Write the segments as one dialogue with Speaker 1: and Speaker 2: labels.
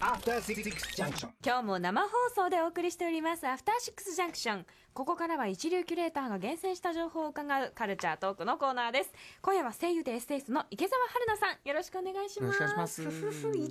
Speaker 1: アフターシックスジャンクション
Speaker 2: 今日も生放送でお送りしておりますアフターシックスジャンクションここからは一流キュレーターが厳選した情報を伺うカルチャートークのコーナーです今夜は声優でエッセイストの池澤春菜さんよろしくお願いします
Speaker 3: よろしくお願いします
Speaker 4: ふふふ一流キュレー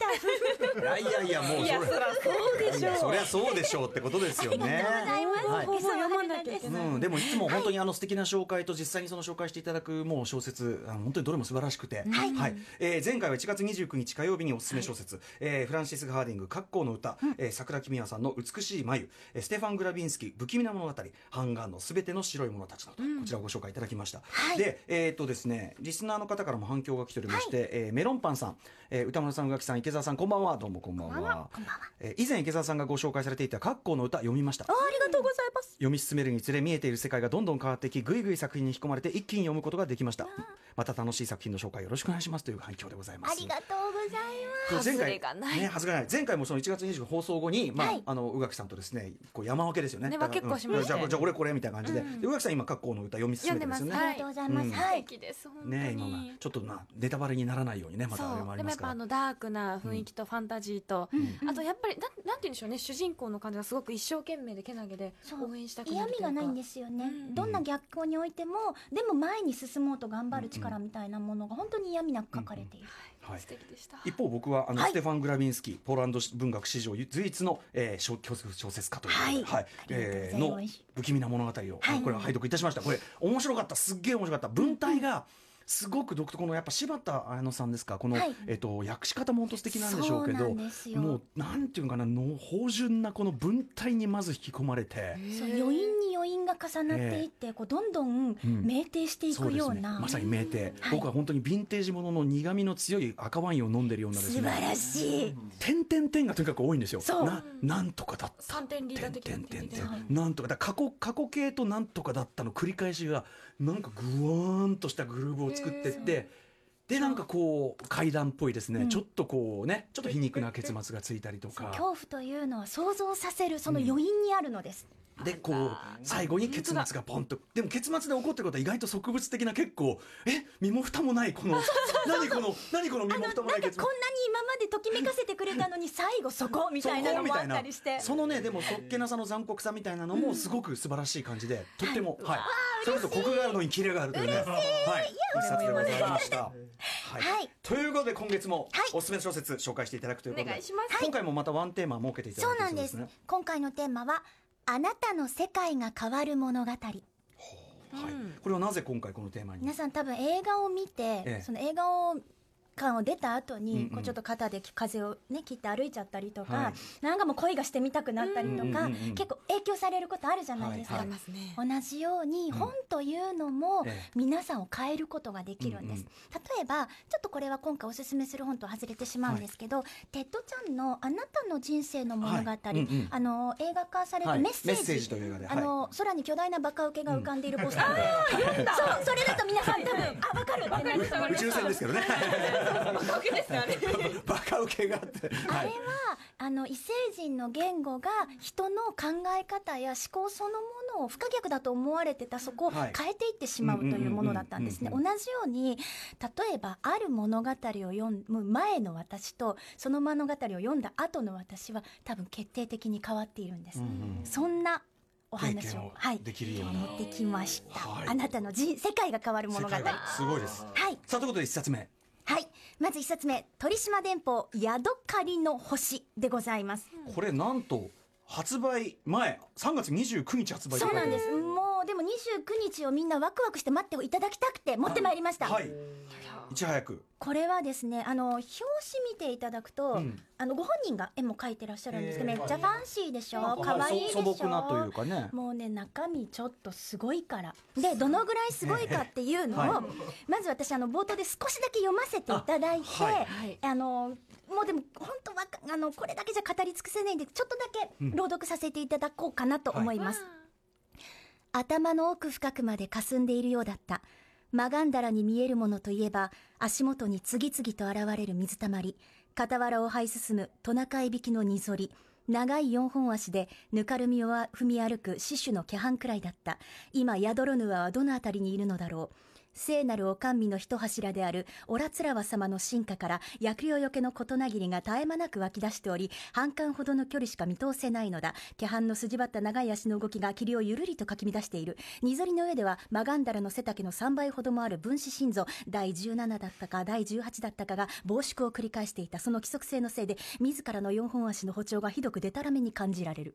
Speaker 4: ターふふふ
Speaker 3: いやいやいやもう
Speaker 2: いや
Speaker 3: そ
Speaker 2: そ
Speaker 3: れ
Speaker 2: らそうでしょう
Speaker 3: そりゃそうでしょうってことですよね。
Speaker 4: ありがとうございます
Speaker 2: はい
Speaker 4: 理想は春菜です
Speaker 3: うん、でもいつも本当にあの素敵な紹介と実際にその紹介していただくもう小説あの本当にどれも素晴らしくて、はいえー前回は1月29日火曜日におすすめ小説、えーフランシス・ハーディング「格好の歌」えー桜木美和さんの「美しい眉」えーステファン・グラビンスキー「不気味な物語」「ハンガーのすべての白い者たち」など、こちらをご紹介いただきました、でえーっとですねリスナーの方からも反響が来ておりまして、えーメロンパンさん、えー歌丸さん宇垣さん池澤さんこんばんはどうもこんばんはえー以前池澤さんがご紹介されていた「格好の歌」読みました
Speaker 4: ありがとうございます
Speaker 3: 読み進めるにつれ見えている世界がどんどん変わってきぐいぐい作品に引き込まれて一気に読むことができましたまた楽しい作品の紹介よろしくお願いしますという反響でございま
Speaker 4: あ
Speaker 3: す
Speaker 4: りがとうございます
Speaker 3: 前
Speaker 2: 外
Speaker 3: 回
Speaker 2: れがない
Speaker 3: ね、外れがない前回もその1月25放送後に、まあ
Speaker 4: はい
Speaker 3: あの宇垣さんとですねこう山分けですよね
Speaker 2: ね
Speaker 3: だか
Speaker 2: 分
Speaker 3: ら
Speaker 2: けっこしましたよね
Speaker 3: うんじゃあじゃあ俺これみたいな感じで,、で宇垣さん今格好の歌読み進めてますよね
Speaker 2: 読んでます
Speaker 4: ありがとうございま
Speaker 3: うん
Speaker 4: すは
Speaker 2: 素
Speaker 4: い
Speaker 2: 敵です本当に、
Speaker 3: ね今まあちょっとなネタバレにならないようにねま
Speaker 2: そ
Speaker 3: たあれも
Speaker 2: う
Speaker 3: あ
Speaker 2: でも
Speaker 3: りま
Speaker 2: やっ
Speaker 3: すか
Speaker 2: ぱあ
Speaker 3: ら
Speaker 2: のダークな雰囲気とファンタジーと、あとやっぱりなんなんて言うんでしょうね主人公の感じがすごく一生懸命でけなげで
Speaker 4: そう
Speaker 2: 応援したくな
Speaker 4: 嫌
Speaker 2: るとい
Speaker 4: 味
Speaker 2: うか
Speaker 4: がないんですよね、どんな逆光においてもでも前に進もうと頑張る力みたいなものが本当に嫌味なく書かれている、
Speaker 3: はい
Speaker 2: 素敵でした
Speaker 3: 一方僕はあの、
Speaker 4: はい
Speaker 3: ステファン・グラビンスキーポーランド文学史上随一の、えー、小小小説家ということで、
Speaker 4: はい
Speaker 3: えーの
Speaker 4: ありがとうございます
Speaker 3: 不気味な物語を、
Speaker 4: はい
Speaker 3: これは拝読いたしましたこれ面白かったすっげえ面白かった文体が、すごく独特このやっぱ柴田彩乃さんですかこの、
Speaker 4: はい
Speaker 3: えっと訳し方も本当素敵なんでしょうけ
Speaker 4: そう
Speaker 3: ど
Speaker 4: なんですよ
Speaker 3: もうなんていうのかなの芳醇なこの文体にまず引き込まれて、
Speaker 4: そう余韻に余韻が重なっていって、こうどんどん酩酊してい
Speaker 3: そう
Speaker 4: く
Speaker 3: で
Speaker 4: よ
Speaker 3: す
Speaker 4: う
Speaker 3: ね
Speaker 4: な、
Speaker 3: まさに名店、
Speaker 4: はい
Speaker 3: 僕は本当にヴィンテージものの苦味の強い赤ワインを飲んでるようなです
Speaker 4: 素晴
Speaker 3: ね
Speaker 4: らしい、
Speaker 3: 点々点がとにかく多いんですよ。
Speaker 4: そう
Speaker 3: ななんとかだった。
Speaker 2: 三点リーダー的な
Speaker 3: 点々点々なんとかだから過去過去形となんとかだったの繰り返しがなんかグワーンとしたグルーブを作ってってでなんかこう階段っぽいですね、ちょっとこうねちょっと皮肉な結末がついたりとか。
Speaker 4: 恐怖というのは想像させるその余韻にあるのです、
Speaker 3: でこう最後に結末がポンとでも結末で起こってることは意外と植物的な結構え身も蓋もないこの何この何この身も
Speaker 4: なん
Speaker 3: 蓋
Speaker 4: か
Speaker 3: も
Speaker 4: こん
Speaker 3: な
Speaker 4: な
Speaker 3: い
Speaker 4: に
Speaker 3: 結末
Speaker 4: 今までときめかせてくれたのに最後そこみたいなのもあったりして
Speaker 3: そのねでもそっけなさの残酷さみたいなのもすごく素晴らしい感じで、とってもはいそれこそコクがあるのにキレがあるというねはい一冊でございました。はい、
Speaker 4: はい
Speaker 3: ということで今月もおすすめの小説紹介していただくということで、
Speaker 2: お願いします
Speaker 3: 今回もまたワンテーマ設けていただ
Speaker 4: そう
Speaker 3: いて
Speaker 4: なんです今回のテーマはあなたの世界が変わる物語
Speaker 3: はい、これはなぜ今回このテーマに
Speaker 4: 皆さん多分映画を見て、
Speaker 3: え
Speaker 4: その映画を館を出た後に、
Speaker 3: うんうん
Speaker 4: こうちょっと肩で風をね切って歩いちゃったりとか、
Speaker 3: はい
Speaker 4: なんかもう恋がしてみたくなったりとか、
Speaker 3: うんうんうんうん
Speaker 4: 結構影響されることあるじゃないですか、
Speaker 3: はい
Speaker 2: ありますね
Speaker 4: 同じように本というのも
Speaker 3: ええ
Speaker 4: 皆さんを変えることができるんです、
Speaker 3: うん
Speaker 4: 例えばちょっとこれは今回おすすめする本とは外れてしまうんですけど、テッドちゃんの「あなたの人生の物語」
Speaker 3: はいうんうん
Speaker 4: あの映画化される
Speaker 3: はい
Speaker 4: メッセージ,、
Speaker 3: メッセージという映画では
Speaker 4: あ
Speaker 3: い
Speaker 4: の空に巨大なバカウケが浮かんでいるポスターで、そうそれだと皆さん多分あ分かるってなる
Speaker 3: 宇宙船ですけどね
Speaker 2: わけですよね
Speaker 3: バカウケがあって、
Speaker 4: あ
Speaker 3: は
Speaker 4: れ
Speaker 3: い
Speaker 4: は、あの異星人の言語が人の考え方や思考そのものを不可逆だと思われてたそこを
Speaker 3: はい
Speaker 4: 変えていってしまうというものだったんですね。
Speaker 3: うん
Speaker 4: 同
Speaker 3: うん
Speaker 4: じように例えばある物語を読む前の私とその物語を読んだ後の私は多分決定的に変わっているんです。
Speaker 3: うんうん
Speaker 4: そんなお話
Speaker 3: 経験
Speaker 4: を
Speaker 3: を、
Speaker 4: はい、
Speaker 3: できるような
Speaker 4: 持ってきました。
Speaker 3: はい
Speaker 4: あなたの人世界が変わる
Speaker 3: 世
Speaker 4: 物語。
Speaker 3: 界がすごいです
Speaker 4: はい。
Speaker 3: さあということで一冊目
Speaker 4: はい。まず一冊目、鳥島電報、ヤドカリの星でございます。
Speaker 3: これなんと発売前3月29日発売
Speaker 4: そうなんです。もう、でも29日をみんなワクワクして待っていただきたくて持ってまいりました。
Speaker 3: はいいち早く
Speaker 4: これはですね、あの、表紙見ていただくと、
Speaker 3: うん
Speaker 4: あの、ご本人が絵も描いてらっしゃるんですけど、
Speaker 3: えー
Speaker 4: めっちゃファンシーでしょ
Speaker 3: なん
Speaker 4: 可愛いでしょ
Speaker 3: そ素朴なというかね
Speaker 4: もうね、中身ちょっとすごいから。で、どのぐらいすごいかっていうのを、
Speaker 3: ええは
Speaker 4: まず私、あの、冒頭で少しだけ読ませていただいて、
Speaker 3: あはい
Speaker 2: はい
Speaker 4: あの、もうでも、本当わか、あの、これだけじゃ語り尽くせないんで、ちょっとだけ朗読させていただこうかなと思います。頭の奥深くまで霞んでいるようだった。マガンダラに見えるものといえば、足元に次々と現れる水たまり、傍らを這い進むトナカイ引きのニゾリ、長い四本足でぬかるみを踏み歩く死守の気半くらいだった。今、宿ドロヌアはどのあたりにいるのだろう。聖なるお甘味の一柱であるオラツラワ様の進化から薬量よけの事なぎりが絶え間なく湧き出しており半間ほどの距離しか見通せないのだ気半の筋張った長い足の動きが霧をゆるりとかき乱している荷ぞりの上ではマガンダラの背丈の3倍ほどもある分子心臓第17だったか第18だったかが暴縮を繰り返していたその規則性のせいで自らの4本足の歩調がひどくでたらめに感じられる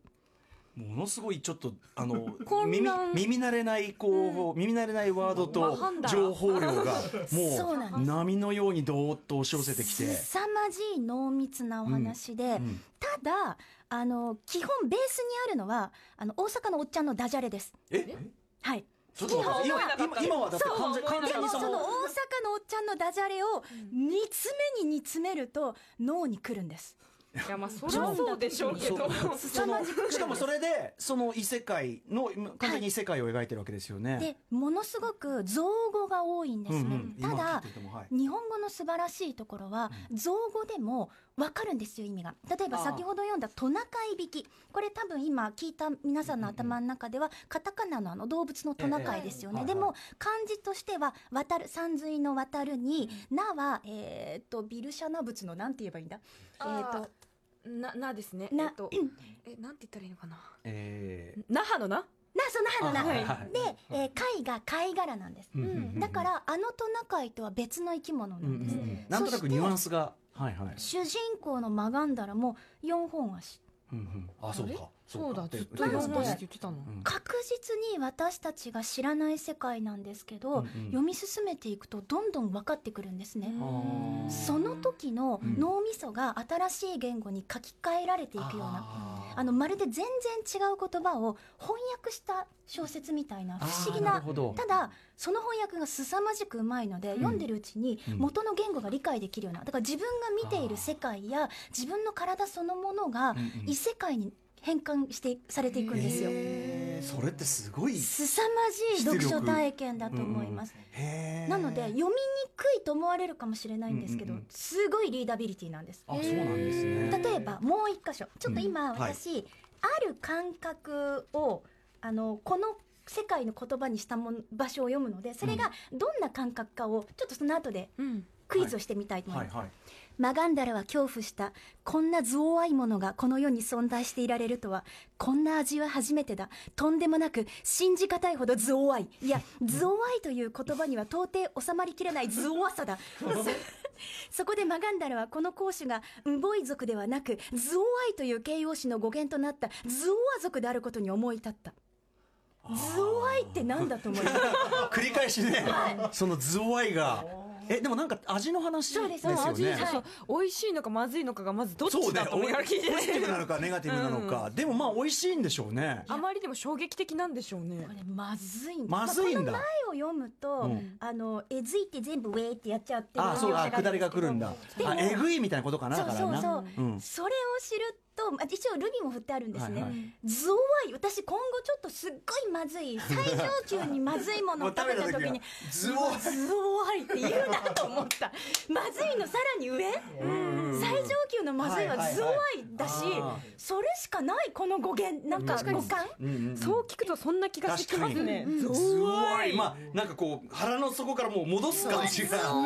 Speaker 3: ものすごいちょっとあ の
Speaker 2: 混
Speaker 3: 耳
Speaker 2: 乱
Speaker 3: 耳慣れないこう、耳慣れないワード
Speaker 2: わ
Speaker 3: と
Speaker 2: かんだ
Speaker 3: 情報量が
Speaker 4: そうなん
Speaker 3: もう
Speaker 4: で
Speaker 3: 波のようにどーっと押し寄せてきて。
Speaker 4: 凄まじい濃密なお話で、
Speaker 3: うん
Speaker 4: ただあの基本ベースにあるのはあの大阪のおっちゃんのダジャレです
Speaker 3: え
Speaker 4: はい
Speaker 3: ちょっと待って
Speaker 2: 今
Speaker 3: 今
Speaker 2: 思えなかった
Speaker 3: 今今はだって
Speaker 2: そう
Speaker 3: 完全完
Speaker 4: で
Speaker 3: 全
Speaker 4: も
Speaker 3: に
Speaker 4: そ
Speaker 3: そ
Speaker 4: の大阪の
Speaker 3: の
Speaker 4: おっちゃんのダジャレを煮詰めに煮詰めると脳にくるんです
Speaker 2: いやまあそりゃそうでしょうけど
Speaker 3: そうそのしかもそれでその異世界の完全に異世界を描いてるわけですよね。
Speaker 4: でものすごく造語が多いんですね、
Speaker 3: 今聞
Speaker 4: た
Speaker 3: い
Speaker 4: だ
Speaker 3: ていてもはい
Speaker 4: 日本語の素晴らしいところは、造語でも分かるんですよ、意味が。例えば
Speaker 3: あー
Speaker 4: 先ほど読んだトナカイ引き、これ、多分今、聞いた皆さんの頭の中では、カタカナのあの動物のトナカイですよ
Speaker 3: え
Speaker 4: ね、
Speaker 3: え
Speaker 4: で
Speaker 3: はい
Speaker 4: も漢字としては、渡る、山水の渡るに、なは、えーっと、ビルシャナ仏のなんて言えばいいんだ、えーっと、
Speaker 2: ななですね
Speaker 4: な
Speaker 2: えっとえなんて言ったらいいのかな
Speaker 3: えー
Speaker 2: 那覇のな
Speaker 4: な、その花な、
Speaker 3: はい
Speaker 4: で、えー貝が貝殻なんです。
Speaker 3: うんうんうん
Speaker 4: だから、あのトナカイとは別の生き物
Speaker 3: う
Speaker 4: なん
Speaker 3: うん
Speaker 4: です。
Speaker 3: んなんとなくニュアンスがはいはい。
Speaker 4: 主人公のマガンダラも4本足。
Speaker 3: うんうんあそう
Speaker 2: あれ
Speaker 3: か
Speaker 2: そうだ
Speaker 3: で
Speaker 2: ずっと
Speaker 4: な
Speaker 2: 四
Speaker 4: の
Speaker 2: 本
Speaker 4: で
Speaker 2: 足って言ってたの
Speaker 3: うん
Speaker 4: 確実に私たちが知らない世界なんですけど、
Speaker 3: うんうん
Speaker 4: 読み進めていくとどんどん分かってくるんですね、
Speaker 3: うん
Speaker 4: その時の
Speaker 3: うん
Speaker 4: 脳みそが新しい言語に書き換えられていくような、
Speaker 3: あー
Speaker 4: あのまるで全然違う言葉を翻訳した小説みたいな
Speaker 3: あー
Speaker 4: 不思議
Speaker 3: な
Speaker 4: な
Speaker 3: るほど
Speaker 4: ただその翻訳が凄まじくうまいので、読んでるうちに
Speaker 3: うん
Speaker 4: 元の言語が理解できるようなだから自分が見ている世界や自分の体そのものが
Speaker 3: うんうん
Speaker 4: 異世界に変換してされていくんですよ。
Speaker 3: へーそれってすごい
Speaker 4: 凄まじい読書体験だと思います、
Speaker 3: へー
Speaker 4: なので読みにくいと思われるかもしれないんですけど、
Speaker 3: うんうんうん
Speaker 4: すごいリーダビリティなんです
Speaker 3: あそうなんですね
Speaker 4: 例えばもう一箇所ちょっと今
Speaker 3: うんはい
Speaker 4: 私、ある感覚をあのこの世界の言葉にしたもん場所を読むのでそれがどんな感覚かをちょっとその後で
Speaker 2: うん
Speaker 4: クイズをしてみたいと思います
Speaker 3: はい、 はい
Speaker 4: マガンダラは恐怖した。こんな憎悪いものがこの世に存在していられるとは、こんな味は初めてだ。とんでもなく、信じがたいほど憎悪い。いや、憎悪いという言葉には到底収まりきれない憎悪さだ。 そこでマガンダラはこの講師が、ウボイ族ではなく、憎悪いという形容詞の語源となった、憎悪族であることに思い立った。憎悪いって何だと思います
Speaker 3: 繰り返しね、そのズワイが、え、でもなんか味の話
Speaker 4: そう
Speaker 3: で
Speaker 4: です
Speaker 3: すよね。
Speaker 4: そう
Speaker 2: 味そう
Speaker 4: は
Speaker 2: そう美味しいのかまずいのかがまずどっ
Speaker 3: そう
Speaker 2: ち
Speaker 3: だ
Speaker 2: だ
Speaker 3: よ
Speaker 2: と思いながら聞いて
Speaker 3: ポジティブなのかネガティブなのか、でもまあ美味しいんでしょうね。
Speaker 2: あまりにも衝撃的なんでしょうね
Speaker 4: これまずいんです
Speaker 3: まずいんだ
Speaker 4: まあこの前を読むと、
Speaker 3: うん
Speaker 4: あのえずいて全部ウェーってやっちゃってる
Speaker 3: あ、そうだ、
Speaker 4: 描写
Speaker 3: 下りが来るん
Speaker 4: あ
Speaker 3: だ
Speaker 4: るです。けど
Speaker 3: あ、えぐいみたいなことかな、
Speaker 4: そ
Speaker 3: だ
Speaker 4: う
Speaker 3: から
Speaker 4: そう
Speaker 3: な。
Speaker 4: そう、
Speaker 3: うん
Speaker 4: それを知るとあ一応ルビも振ってあるんですね、
Speaker 3: はいはい
Speaker 4: ゾワイ私今後ちょっとすっごいま ずい最上級にまずいものを食べた時に
Speaker 3: ズワイ。
Speaker 4: ゾワイって言うなと思ったまずいのさらに上
Speaker 3: うん
Speaker 4: 最上級のまずいはゾワイだし、
Speaker 3: はいはいはいあー
Speaker 4: それしかないこの語源なんか語感
Speaker 3: うんうんうん
Speaker 2: そう聞くとそんな気がしてきますね
Speaker 3: ズワイ。まあなんかこう腹の底からもう戻す感じが、ズワ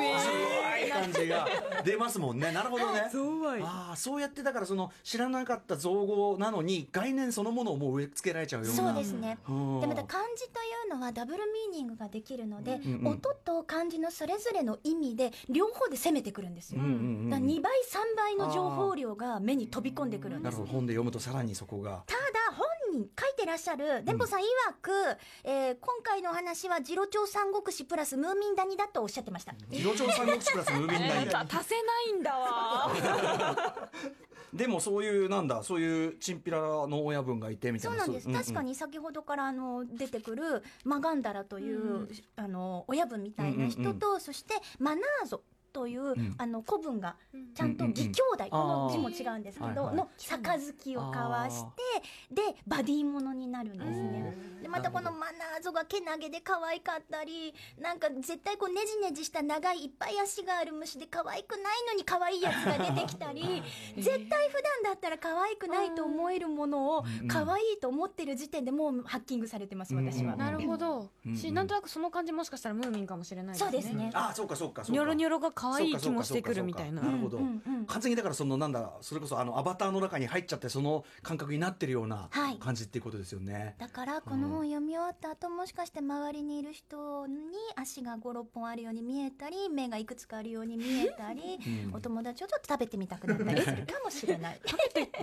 Speaker 3: イ感じが出ますもんね。なるほどね。
Speaker 2: ゾワイ
Speaker 3: ああそうやってだからその知らなかった造語なのに概念そのものをもう植え付けられちゃうような
Speaker 4: そうですね、
Speaker 3: うん
Speaker 4: でまた漢字というのはダブルミーニングができるので、
Speaker 3: んうん
Speaker 4: 音と漢字のそれぞれの意味で両方で攻めてくるんですよ、
Speaker 3: うんうんうん
Speaker 4: だから2倍3倍の情報量が目に飛び込んでくるん
Speaker 3: な
Speaker 4: で
Speaker 3: る
Speaker 4: す
Speaker 3: ほど本で読むとさらにそこが
Speaker 4: ただ本人書いてらっしゃる伝保さん曰く、えー今回のお話は次郎長三国志プラスムーミン谷だとおっしゃってました
Speaker 3: 自動調査の口プラスムーミン
Speaker 2: えー
Speaker 3: ダイ
Speaker 2: た足せないんだわ
Speaker 3: でもそういうなんだそういうチンピラの親分がいてみた
Speaker 4: そ
Speaker 3: いうな
Speaker 4: なんです、確かに先ほどからあの出てくるマガンダラという、
Speaker 2: うん
Speaker 4: あの親分みたいな人と、そしてマナーゾという、
Speaker 3: ん
Speaker 4: あの古文が
Speaker 2: うん
Speaker 4: ちゃんと
Speaker 3: うんうんうん
Speaker 4: 義兄弟、この
Speaker 3: あー
Speaker 4: 字も違うんですけど、
Speaker 3: はいはい
Speaker 4: の杯を交わしてでバディものになるんですね。でまたこのマナーゾがけなげで可愛かったりなんか絶対こうねじねじした長いいっぱい足がある虫で可愛くないのに可愛いやつが出てき たり絶対普段だったら可愛くないと思えるものを
Speaker 3: うん
Speaker 4: 可愛いと思ってる時点でもうハッキングされてます私は。
Speaker 3: うん
Speaker 2: なるほど、
Speaker 3: うん
Speaker 2: しなんとなくその感じもしかしたらムーミンかもしれないですね
Speaker 4: そうですね
Speaker 3: ああそうかそうかそう
Speaker 2: ニ
Speaker 3: か
Speaker 2: ョロニョロが可愛い気もしてくるみたいな
Speaker 3: そうかそうかそうかそうかなる
Speaker 4: うんうんう
Speaker 3: ほ
Speaker 4: ん
Speaker 3: ど完全にだからそのなんだそれこそあのアバターの中に入っちゃってその感覚になってるような
Speaker 4: はい
Speaker 3: 感じっていうことですよね、
Speaker 4: だからこの本読み終わった後もしかして周りにいる人に足が56本あるように見えたり目がいくつかあるように見えた り、
Speaker 3: うん
Speaker 4: お友達をちょっと食べてみたくなったりするかもしれない。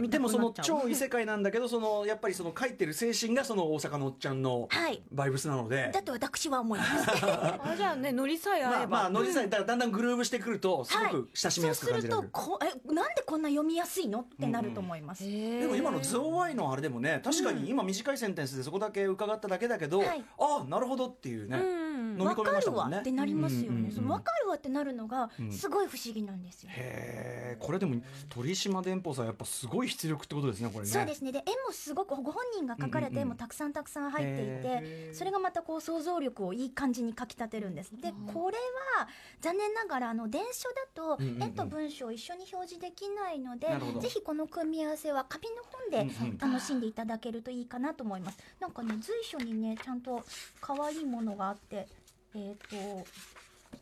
Speaker 3: でもその超異世界なんだけどそのやっぱりその書いてる精神がその大阪のおっちゃんの
Speaker 4: はい
Speaker 3: バイブスなので、
Speaker 4: だと私は思い ます。
Speaker 2: あじゃあねノリさえ合えば、
Speaker 3: まあまあノリさんだからだんだんグルーブしてくるとすごく親しみ
Speaker 4: そ
Speaker 3: や
Speaker 4: う
Speaker 3: す
Speaker 4: す
Speaker 3: く感
Speaker 4: る
Speaker 3: じられ
Speaker 4: と
Speaker 3: る、
Speaker 4: こえなんでこんな読みやすいのってなると思います。
Speaker 3: でも今の
Speaker 2: ず
Speaker 3: ゾーアイのあれでもね確かに今短いセンテンスでそこだけ伺っただけだけど、
Speaker 4: はい
Speaker 3: ああなるほどっていうね、
Speaker 2: うん
Speaker 3: 飲み
Speaker 4: わ
Speaker 3: 込み
Speaker 4: か
Speaker 3: ました
Speaker 4: る
Speaker 3: も
Speaker 4: わ
Speaker 3: んね
Speaker 4: ってなりますよ
Speaker 3: うんうんう
Speaker 4: ね。
Speaker 3: ん
Speaker 4: そのわかるわってなるのが
Speaker 3: うん
Speaker 4: すごい不思議なんですよ。
Speaker 3: へえこれでも鳥島電報さんやっぱすごい出力ってことですねこれね
Speaker 4: そうですねで絵もすごくご本人が描かれ
Speaker 3: うんうん
Speaker 4: て
Speaker 3: うん
Speaker 4: 絵もたくさんたくさん入ってい
Speaker 3: へ
Speaker 4: て
Speaker 3: ー
Speaker 4: それがまたこう想像力をいい感じにかきたてるんですでこれは残念ながらあの電書だと
Speaker 3: うんうんうん
Speaker 4: 絵と文章を一緒に表示できないので
Speaker 3: なるほど
Speaker 4: ぜひこの組み合わせは紙の本で
Speaker 3: うんうん
Speaker 4: 楽しんでいただけるといいかなと思いますなんかね随所にねちゃんと可愛いものがあってえっと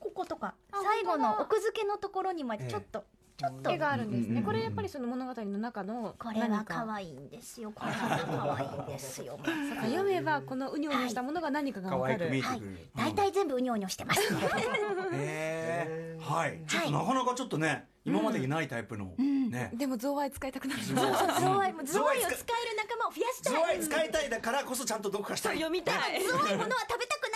Speaker 4: こことか
Speaker 2: あ
Speaker 4: 最後
Speaker 2: 本当
Speaker 4: の
Speaker 2: だ
Speaker 4: 奥付けのところにまでちょっとちょっと
Speaker 2: 絵があるんですね、
Speaker 3: うんうんうん
Speaker 2: これやっぱりその物語の中の
Speaker 4: これは
Speaker 2: 何
Speaker 4: 可
Speaker 2: か
Speaker 4: 愛いんですよ。これは可愛いんです よ。
Speaker 2: 読めばこのうにょうにょしたものが何かが
Speaker 3: 可
Speaker 2: わか
Speaker 3: 愛
Speaker 2: る、
Speaker 3: く見えて
Speaker 4: はい
Speaker 3: くる、。
Speaker 4: 大体全部うにょうにょしてます。
Speaker 3: うんへえはいちょっとなかなかちょっとね今までにないタイプの、ね
Speaker 2: でもゾーアイ使いたくなる
Speaker 3: ゾ
Speaker 4: そうゾワイも
Speaker 3: うん
Speaker 4: ゾワイを使える仲間を増やし
Speaker 3: ゾ
Speaker 4: た
Speaker 3: ワ
Speaker 4: い。
Speaker 3: イ使いたいだからこそちゃんと読破したい
Speaker 2: 読みたい
Speaker 4: ゾワイものは食べたくない。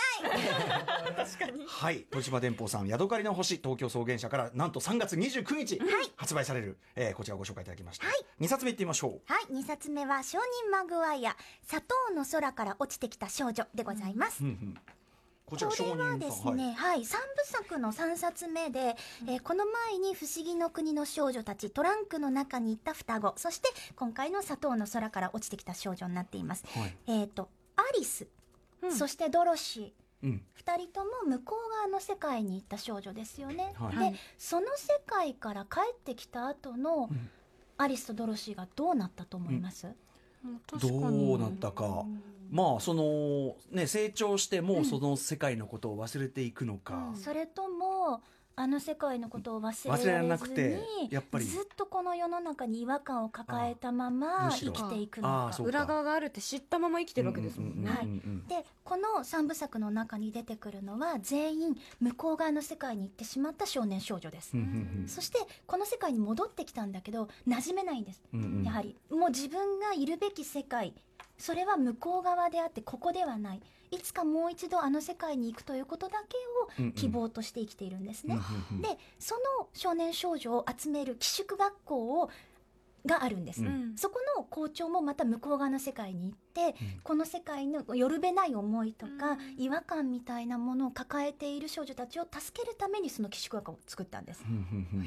Speaker 3: はい豊島電報さん「ヤドカリの星」東京草原社からなんと3月29日、発売される、えーこちらをご紹介いただきました、2冊目いってみましょ
Speaker 4: はい、二冊目は商人マグワイア、砂糖の空から落ちてきた少女でございます
Speaker 3: う、う。んうんこち
Speaker 4: こ
Speaker 3: ら商
Speaker 4: れ
Speaker 3: 人さ
Speaker 4: は
Speaker 3: ん
Speaker 4: ですね、はい、三部作の三冊目で、えーこの前に不思議の国の少女たち、トランクの中に行った双子、そして今回の砂糖の空から落ちてきた少女になっています。
Speaker 3: はい、はい
Speaker 4: えっ、と、アリス、
Speaker 2: うん
Speaker 4: そしてドロシー。
Speaker 3: うん
Speaker 4: 二人とも向こう側の世界に行った少女ですよね、
Speaker 3: はい
Speaker 4: で、
Speaker 2: はい
Speaker 4: その世界から帰ってきた後の
Speaker 3: ん
Speaker 4: アリスとドロシーがどうなったと思います、
Speaker 3: どうなったか、まあそのね成長してもうその世界のことを忘れていくのか、
Speaker 4: それともあの世界のことを忘
Speaker 3: 忘れ
Speaker 4: れ
Speaker 3: ら
Speaker 4: ら
Speaker 3: れ
Speaker 4: れ
Speaker 3: な
Speaker 4: ず
Speaker 3: く
Speaker 4: に
Speaker 3: てやっぱり
Speaker 4: ずっとこの世の中に違和感を抱えたま
Speaker 3: あ
Speaker 4: ま
Speaker 3: むし
Speaker 4: 生
Speaker 3: ろ
Speaker 4: きていくのか
Speaker 3: あ。そうか
Speaker 2: 裏側があるって知ったまま生きてるわけですもんね、
Speaker 4: はい
Speaker 3: うんうんうん
Speaker 4: でこの三部作の中に出てくるのは全員向こう側の世界に行ってしまった少年少女です
Speaker 3: うんう、ん
Speaker 4: そしてこの世界に戻ってきたんだけど馴染めないんです、
Speaker 3: うんうんうん
Speaker 4: やはりもう自分がいるべき世界それは向こう側であってここではないいつかもう一度あの世界に行くということだけを希望として生きているんですね、
Speaker 3: うんうん
Speaker 4: でその少年少女を集める寄宿学校をがあるんです、
Speaker 3: うん
Speaker 2: うん
Speaker 4: そこの校長もまた向こう側の世界に行って、この世界のよるべない思いとか、違和感みたいなものを抱えている少女たちを助けるためにその寄宿学校を作ったんです
Speaker 3: うんうんうん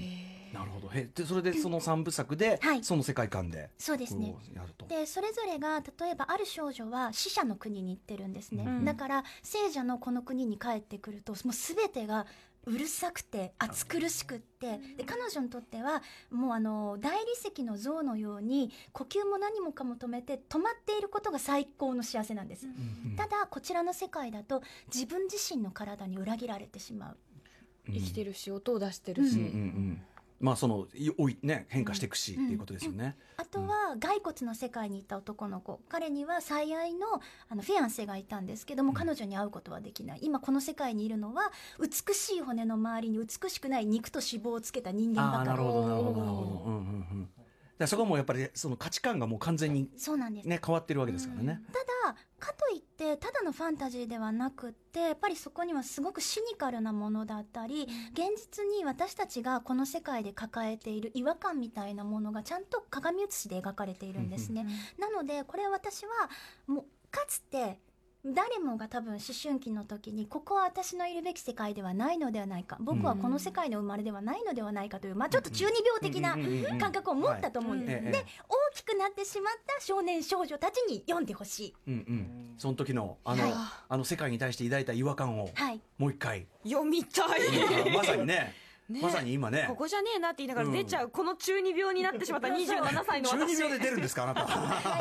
Speaker 3: なるほどへでそれでその3部作で、
Speaker 4: はい
Speaker 3: その世界観で
Speaker 4: そうですね
Speaker 3: こうやると。
Speaker 4: でそれぞれが例えばある少女は死者の国に行ってるんですね、
Speaker 2: うん
Speaker 4: だから聖者のこの国に帰ってくるともう全てがうるさくて暑苦しくってで彼女にとってはもうあの大理石の像のように呼吸も何もかも止めて止まっていることが最高の幸せなんです、
Speaker 3: うんうん
Speaker 4: ただこちらの世界だと自分自身の体に裏切られてしまう
Speaker 3: うん
Speaker 2: 生きてるし音を出してるし、
Speaker 3: うんうんうんまあそのいおいね変化していくし、っていうことですよね。
Speaker 4: あとは骸骨の世界に行った男の子彼には最愛のあのフィアンセがいたんですけども彼女に会うことはできない今この世界にいるのは美しい骨の周りに美しくない肉と脂肪をつけた人間
Speaker 3: あ
Speaker 4: ば
Speaker 3: あ
Speaker 4: か
Speaker 3: な
Speaker 4: り
Speaker 3: るほどなるほどなるほど。うんうんうん。だからそこはもうやっぱりその価値観がもう完全に
Speaker 4: そうなんです、
Speaker 3: ね変わってるわけですからね。
Speaker 4: ただかといってただのファンタジーではなくってやっぱりそこにはすごくシニカルなものだったり現実に私たちがこの世界で抱えている違和感みたいなものがちゃんと鏡写しで描かれているんですね。なのでこれ私はもうかつて誰もが多分思春期の時にここは私のいるべき世界ではないのではないか僕はこの世界の生まれではないのではないかという、まあ、ちょっと中二病的な
Speaker 3: うんうんうんうん
Speaker 4: 感覚を持ったと思うんです、
Speaker 3: はいえええ
Speaker 4: で大きくなってしまった少年少女たちに読んでほしい、
Speaker 3: うんうん、その時のあの,、
Speaker 4: はい
Speaker 3: あの世界に対して抱いた違和感を
Speaker 4: はい、
Speaker 3: もう一 回、
Speaker 2: 読みたい
Speaker 3: まさにね
Speaker 2: ね
Speaker 3: まさに今ね
Speaker 2: ここじゃねえなって言いながら出ちゃう、この中二病になってしまった27歳の私
Speaker 3: 12秒で出るんですかあなた
Speaker 2: と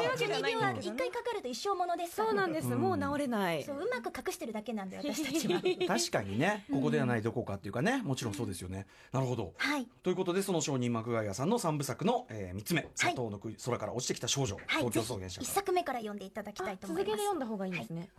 Speaker 2: いうわけ
Speaker 4: 中
Speaker 2: ではな
Speaker 4: 二
Speaker 2: いん
Speaker 4: 病
Speaker 2: だけ
Speaker 4: は
Speaker 2: ど
Speaker 4: 一
Speaker 2: ね
Speaker 4: 回かかると一生ものです
Speaker 2: そうなんです、
Speaker 3: うん
Speaker 2: もう治れない
Speaker 4: そううまく隠してるだけなんで私たちは
Speaker 3: 確かにねここではないどこかっていうかねもちろんそうですよねなるほど
Speaker 4: はい
Speaker 3: ということでその商人マクガイアさんの三部作の、え3つ目「砂糖の空から落ちてきた少女、
Speaker 4: はい
Speaker 3: 東
Speaker 4: ぜ
Speaker 3: 京
Speaker 4: ひ
Speaker 3: 草原社
Speaker 4: 一
Speaker 3: 会
Speaker 4: 作目から読んでいただきたいと思い
Speaker 2: 続け
Speaker 4: ま
Speaker 2: て
Speaker 4: す
Speaker 2: 読んだ方がいいんですね、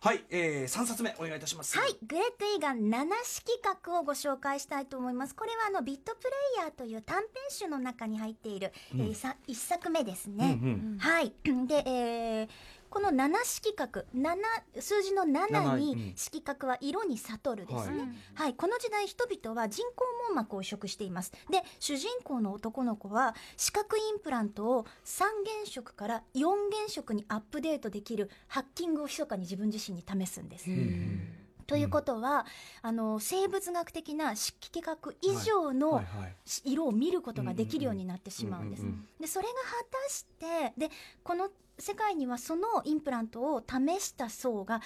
Speaker 3: はい、え3冊目お願いいたします
Speaker 4: はい、グレット・イーガン7式画をご紹介したいと思います。これはあのビットプレイヤーという短編集の中に入っている、えーさ一作目です
Speaker 3: うんう
Speaker 4: ね。
Speaker 3: ん
Speaker 4: はい。 で、えーこの7式画、七数字の7
Speaker 3: 七う
Speaker 4: に
Speaker 3: ん
Speaker 4: 色画は色に悟るですね。
Speaker 3: は
Speaker 4: はいい、この時代人々は人工網膜を移植しています。で、主人公の男の子は視覚インプラントを3原色から4原色にアップデートできるハッキングを密かに自分自身に試すんです。ということは、あの生物学的な色気覚以上
Speaker 3: は
Speaker 4: の
Speaker 3: いはい
Speaker 4: し色を見ることができるようになってしまうんです
Speaker 3: うんうんうん。
Speaker 4: でそれが果たしてでこの世界にはそのインプラントを試した層が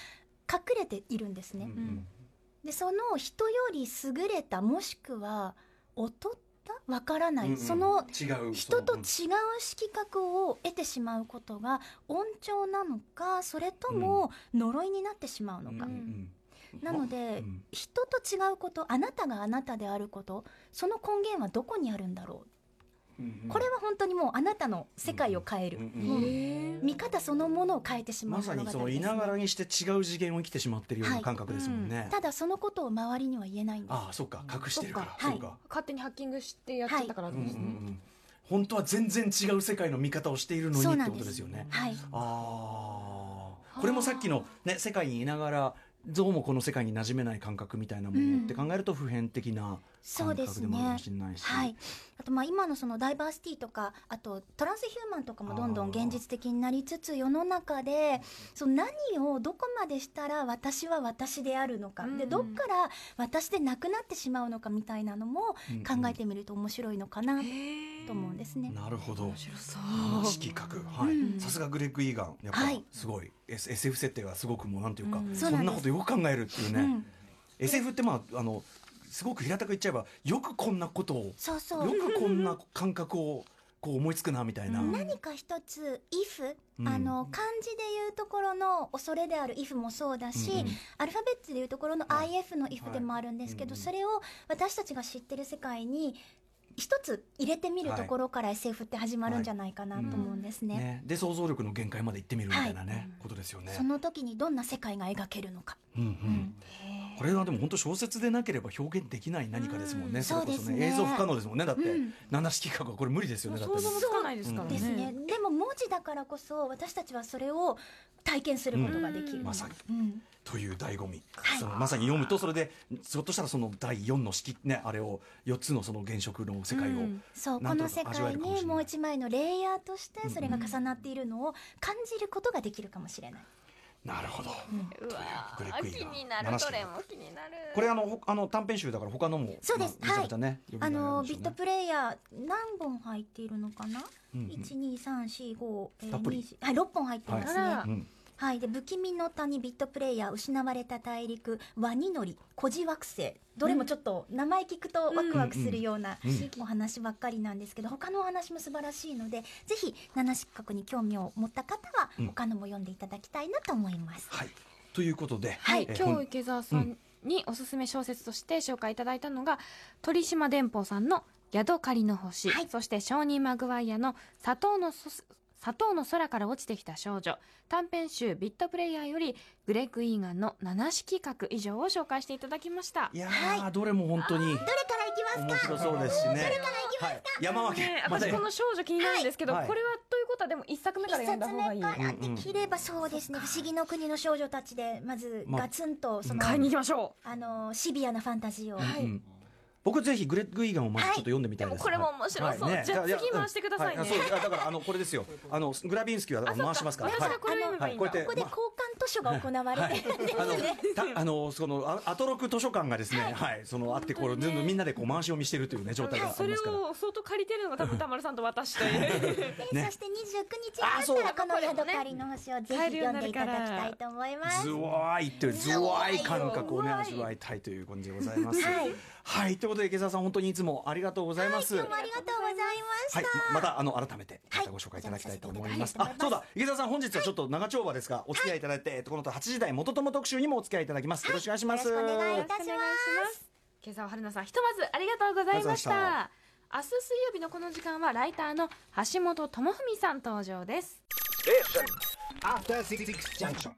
Speaker 4: 隠れているんです
Speaker 3: うんう
Speaker 4: ね。
Speaker 3: ん
Speaker 4: でその人より優れたもしくは劣ったわからない、
Speaker 3: うんうん
Speaker 4: その
Speaker 3: 違う
Speaker 4: 人と違う
Speaker 3: 違
Speaker 4: 色覚を得てしまうことが温調なのかそれとも呪いになってしまうのか。なので、
Speaker 3: うん
Speaker 4: 人と違うことあなたがあなたであることその根源はどこにあるんだろう、これは本当にもうあなたの世界を変える、
Speaker 3: うん
Speaker 2: へ
Speaker 3: うんうん
Speaker 2: え
Speaker 4: 見方そのものを変えてしまう
Speaker 3: まさ
Speaker 4: 物語
Speaker 3: に
Speaker 4: です、
Speaker 3: そ
Speaker 4: ね
Speaker 3: のいながらにして違う次元を生きてしまってるような感覚ですもんね、
Speaker 4: ただそのことを周りには言えないんです
Speaker 3: ああそっか隠してるから
Speaker 4: そっか
Speaker 3: そうか、
Speaker 2: 勝手にハッキングしてやっちゃったから
Speaker 3: う
Speaker 2: で
Speaker 3: んうんう
Speaker 2: すね、
Speaker 3: ん、本当は全然違う世界の見方をしているの
Speaker 4: そ
Speaker 3: に
Speaker 4: う
Speaker 3: っ
Speaker 4: な
Speaker 3: て
Speaker 4: ん
Speaker 3: こと
Speaker 4: です
Speaker 3: ですよね
Speaker 4: はい
Speaker 3: ああこれもさっきのね世界にいながらどうもこの世界に馴染めない感覚みたいなものって考えると普遍的な
Speaker 4: そ
Speaker 3: 感
Speaker 4: うで
Speaker 3: 覚
Speaker 4: す
Speaker 3: でもあるか
Speaker 4: ね
Speaker 3: もしれないし、
Speaker 4: はい、あとまあ今のそのダイバーシティとかあとトランスヒューマンとかもどんどん現実的になりつつ世の中でその何をどこまでしたら私は私であるのか、
Speaker 2: うん
Speaker 4: でどっから私でなくなってしまうのかみたいなのも考えてみると面白いのかな
Speaker 2: へえ
Speaker 4: と思うんですね。
Speaker 3: なるほど
Speaker 2: 面白そう
Speaker 3: 色覚はい、
Speaker 4: うん
Speaker 3: さすがグレッグ・イーガンやっぱ
Speaker 4: はい
Speaker 3: すごい、S、SF 設定がすごくもうなんていうか、
Speaker 2: うん
Speaker 3: そ
Speaker 4: そうなん
Speaker 3: ん
Speaker 4: です
Speaker 3: なことよく考えるっていう
Speaker 4: う
Speaker 3: ね、
Speaker 4: ん、
Speaker 3: SF ってまああのすごく平たく言っちゃえばよくこんなことを
Speaker 4: そうそ
Speaker 3: よ
Speaker 4: う
Speaker 3: くこんな感覚をこう思いつくなみたいな。
Speaker 2: うん
Speaker 4: 何か一つ「if」
Speaker 3: うん
Speaker 4: あの漢字でいうところの恐れである「if」もそうだし、
Speaker 3: うんうん
Speaker 4: アルファベットでいうところの
Speaker 3: はい
Speaker 4: IF の if でもあるんですけど、
Speaker 3: はい
Speaker 4: それを私たちが知ってる世界に一つ入れてみるところから SF って始まるんじゃないかなと思うんですね。
Speaker 3: ね、で想像力の限界まで行ってみるみたいなね、ことですよね
Speaker 4: そ。の時にどんな世界が描けるのか。
Speaker 3: うんうん、これはでも本当小説でなければ表現できない何かですもんね、
Speaker 4: うん
Speaker 3: それこ
Speaker 4: そ
Speaker 3: そうね
Speaker 4: ですね
Speaker 3: 映像不可能ですもんねだって、
Speaker 4: うん
Speaker 3: 七色覚はこれ無理ですよ
Speaker 2: もう
Speaker 3: ねだって
Speaker 2: 想像
Speaker 3: ね
Speaker 2: もつかないですからね
Speaker 4: ですね。でも文字だからこそ私たちはそれを体験することができる。
Speaker 2: うん
Speaker 3: まさに
Speaker 4: うん
Speaker 3: という醍醐味、
Speaker 4: はい
Speaker 3: そのまさに読むとそれでひょっとしたらその第四の式ねあれを四つのその原色の世界を、
Speaker 2: うん
Speaker 4: そう
Speaker 3: な
Speaker 4: こ
Speaker 3: んと
Speaker 4: の
Speaker 3: なく味
Speaker 4: 世
Speaker 3: わえ
Speaker 4: 界
Speaker 3: るかもしれない
Speaker 4: にもう一枚のレイヤーとしてそれが重なっているのを感じることができるかもしれない。
Speaker 3: なるほど、
Speaker 2: うわ
Speaker 3: グレッグイー
Speaker 2: 気
Speaker 3: ガン
Speaker 2: になる
Speaker 3: 七色
Speaker 2: どれも気になる
Speaker 3: これあのほあの短編集だから他のも
Speaker 4: そうです
Speaker 3: まあめちゃめちゃね、
Speaker 4: あ
Speaker 3: 読みがい
Speaker 4: の
Speaker 3: るんでしょう
Speaker 4: ビット
Speaker 3: ね
Speaker 4: プレイヤー何本入っているのかな、
Speaker 3: うんうん
Speaker 4: 一二三四五え
Speaker 3: たっ
Speaker 4: ー
Speaker 3: ぷり
Speaker 4: 二十はい六本入ってますね、
Speaker 2: はい
Speaker 4: は
Speaker 2: あ
Speaker 4: い
Speaker 2: ら
Speaker 3: うん
Speaker 4: で不気味の谷ビットプレイヤー失われた大陸ワニノリ孤児惑星どれもちょっと名前聞くとワクワクするような
Speaker 3: うんうん
Speaker 4: お話ばっかりなんですけど他のお話も素晴らしいのでぜひ七失格に興味を持った方は
Speaker 3: うん
Speaker 4: 他のも読んでいただきたいなと思います、
Speaker 3: はいということで、
Speaker 2: はい、
Speaker 3: えー
Speaker 2: 今
Speaker 3: 本
Speaker 2: 日池澤さんにおすすめ小説として紹介いただいたのが、鳥島伝宝さんの「ヤドカリの星」
Speaker 4: はい
Speaker 2: そして商人マグワイアの砂糖のそ砂糖の空から落ちてきた少女短編集「ビットプレイヤー」よりグレッグ・イーガンの7式画以上を紹介していただきました
Speaker 3: いやー、どれも本当に
Speaker 4: どれからいきます
Speaker 3: 面白そうですしね。はい、山分け
Speaker 2: ね、
Speaker 3: また
Speaker 2: 私この少女気になるんですけど、
Speaker 3: はい
Speaker 2: これはということはでも一作目から
Speaker 4: 一
Speaker 2: 読んだ
Speaker 4: 冊
Speaker 2: 方がい
Speaker 4: 目
Speaker 2: い
Speaker 4: からできればそうですね「不思議の国の少女たち」でまず
Speaker 3: まあ
Speaker 4: ガツンとその、
Speaker 3: うん
Speaker 2: 買いに行きましょ
Speaker 4: あのシビアなファンタジーを、
Speaker 3: うん僕ぜひグレッグ・イーガンをまずちょっと読んでみたいです、
Speaker 2: これも面白そう、
Speaker 3: はいね
Speaker 2: じゃあ
Speaker 3: いや
Speaker 2: 次回してくださいね、
Speaker 3: うんはそうあだからあのこれですよあのグラビンスキーはあの回しますから
Speaker 2: 私はこれを読めばいいんだ、
Speaker 3: はいこうやっ
Speaker 4: ここで交換図書が行わ れてるんですね、
Speaker 3: あの たあのそのあアトロク図書館がですね、はい、そのあってこれ
Speaker 2: 本当にね
Speaker 3: 全部みんなでこう回し読みしてるというね状態があ
Speaker 2: そ
Speaker 3: り
Speaker 2: れ
Speaker 3: ますから。
Speaker 2: を相当借りてるのが多分歌丸さんと私 という
Speaker 4: で
Speaker 3: ね
Speaker 4: そして29日になったらこの「ヤドカリの星」をぜひ読んでいただきたいと思います
Speaker 3: ズワーイっていうズワーイ感覚をね
Speaker 2: ズワーイ
Speaker 3: 味わいたいという感じでございます。
Speaker 4: は
Speaker 3: はいい、ということで池澤さん本当にいつもありがとうございます。
Speaker 4: どうもありがとうございました、
Speaker 3: はい、ままたあの改めて
Speaker 4: はい
Speaker 3: またご紹介いただきたいと思います。
Speaker 4: お邪魔させ
Speaker 3: あ、
Speaker 4: ていただきます
Speaker 3: そうだ、池澤さん本日はちょっと長丁場ですが、お付き合いいただいて、えっとこの後8時台元友特集にもお付き合いいただきます。よろしくお願いします。
Speaker 4: よろしくお願いい
Speaker 2: よ
Speaker 4: た
Speaker 2: ろしくお願いし
Speaker 4: しま
Speaker 2: ます今朝は春菜さんひとまずありがとうございました
Speaker 3: ありがとうござい
Speaker 2: 明日水曜日のこの時間はライターの橋本智文さん登場です
Speaker 1: After Six Junction.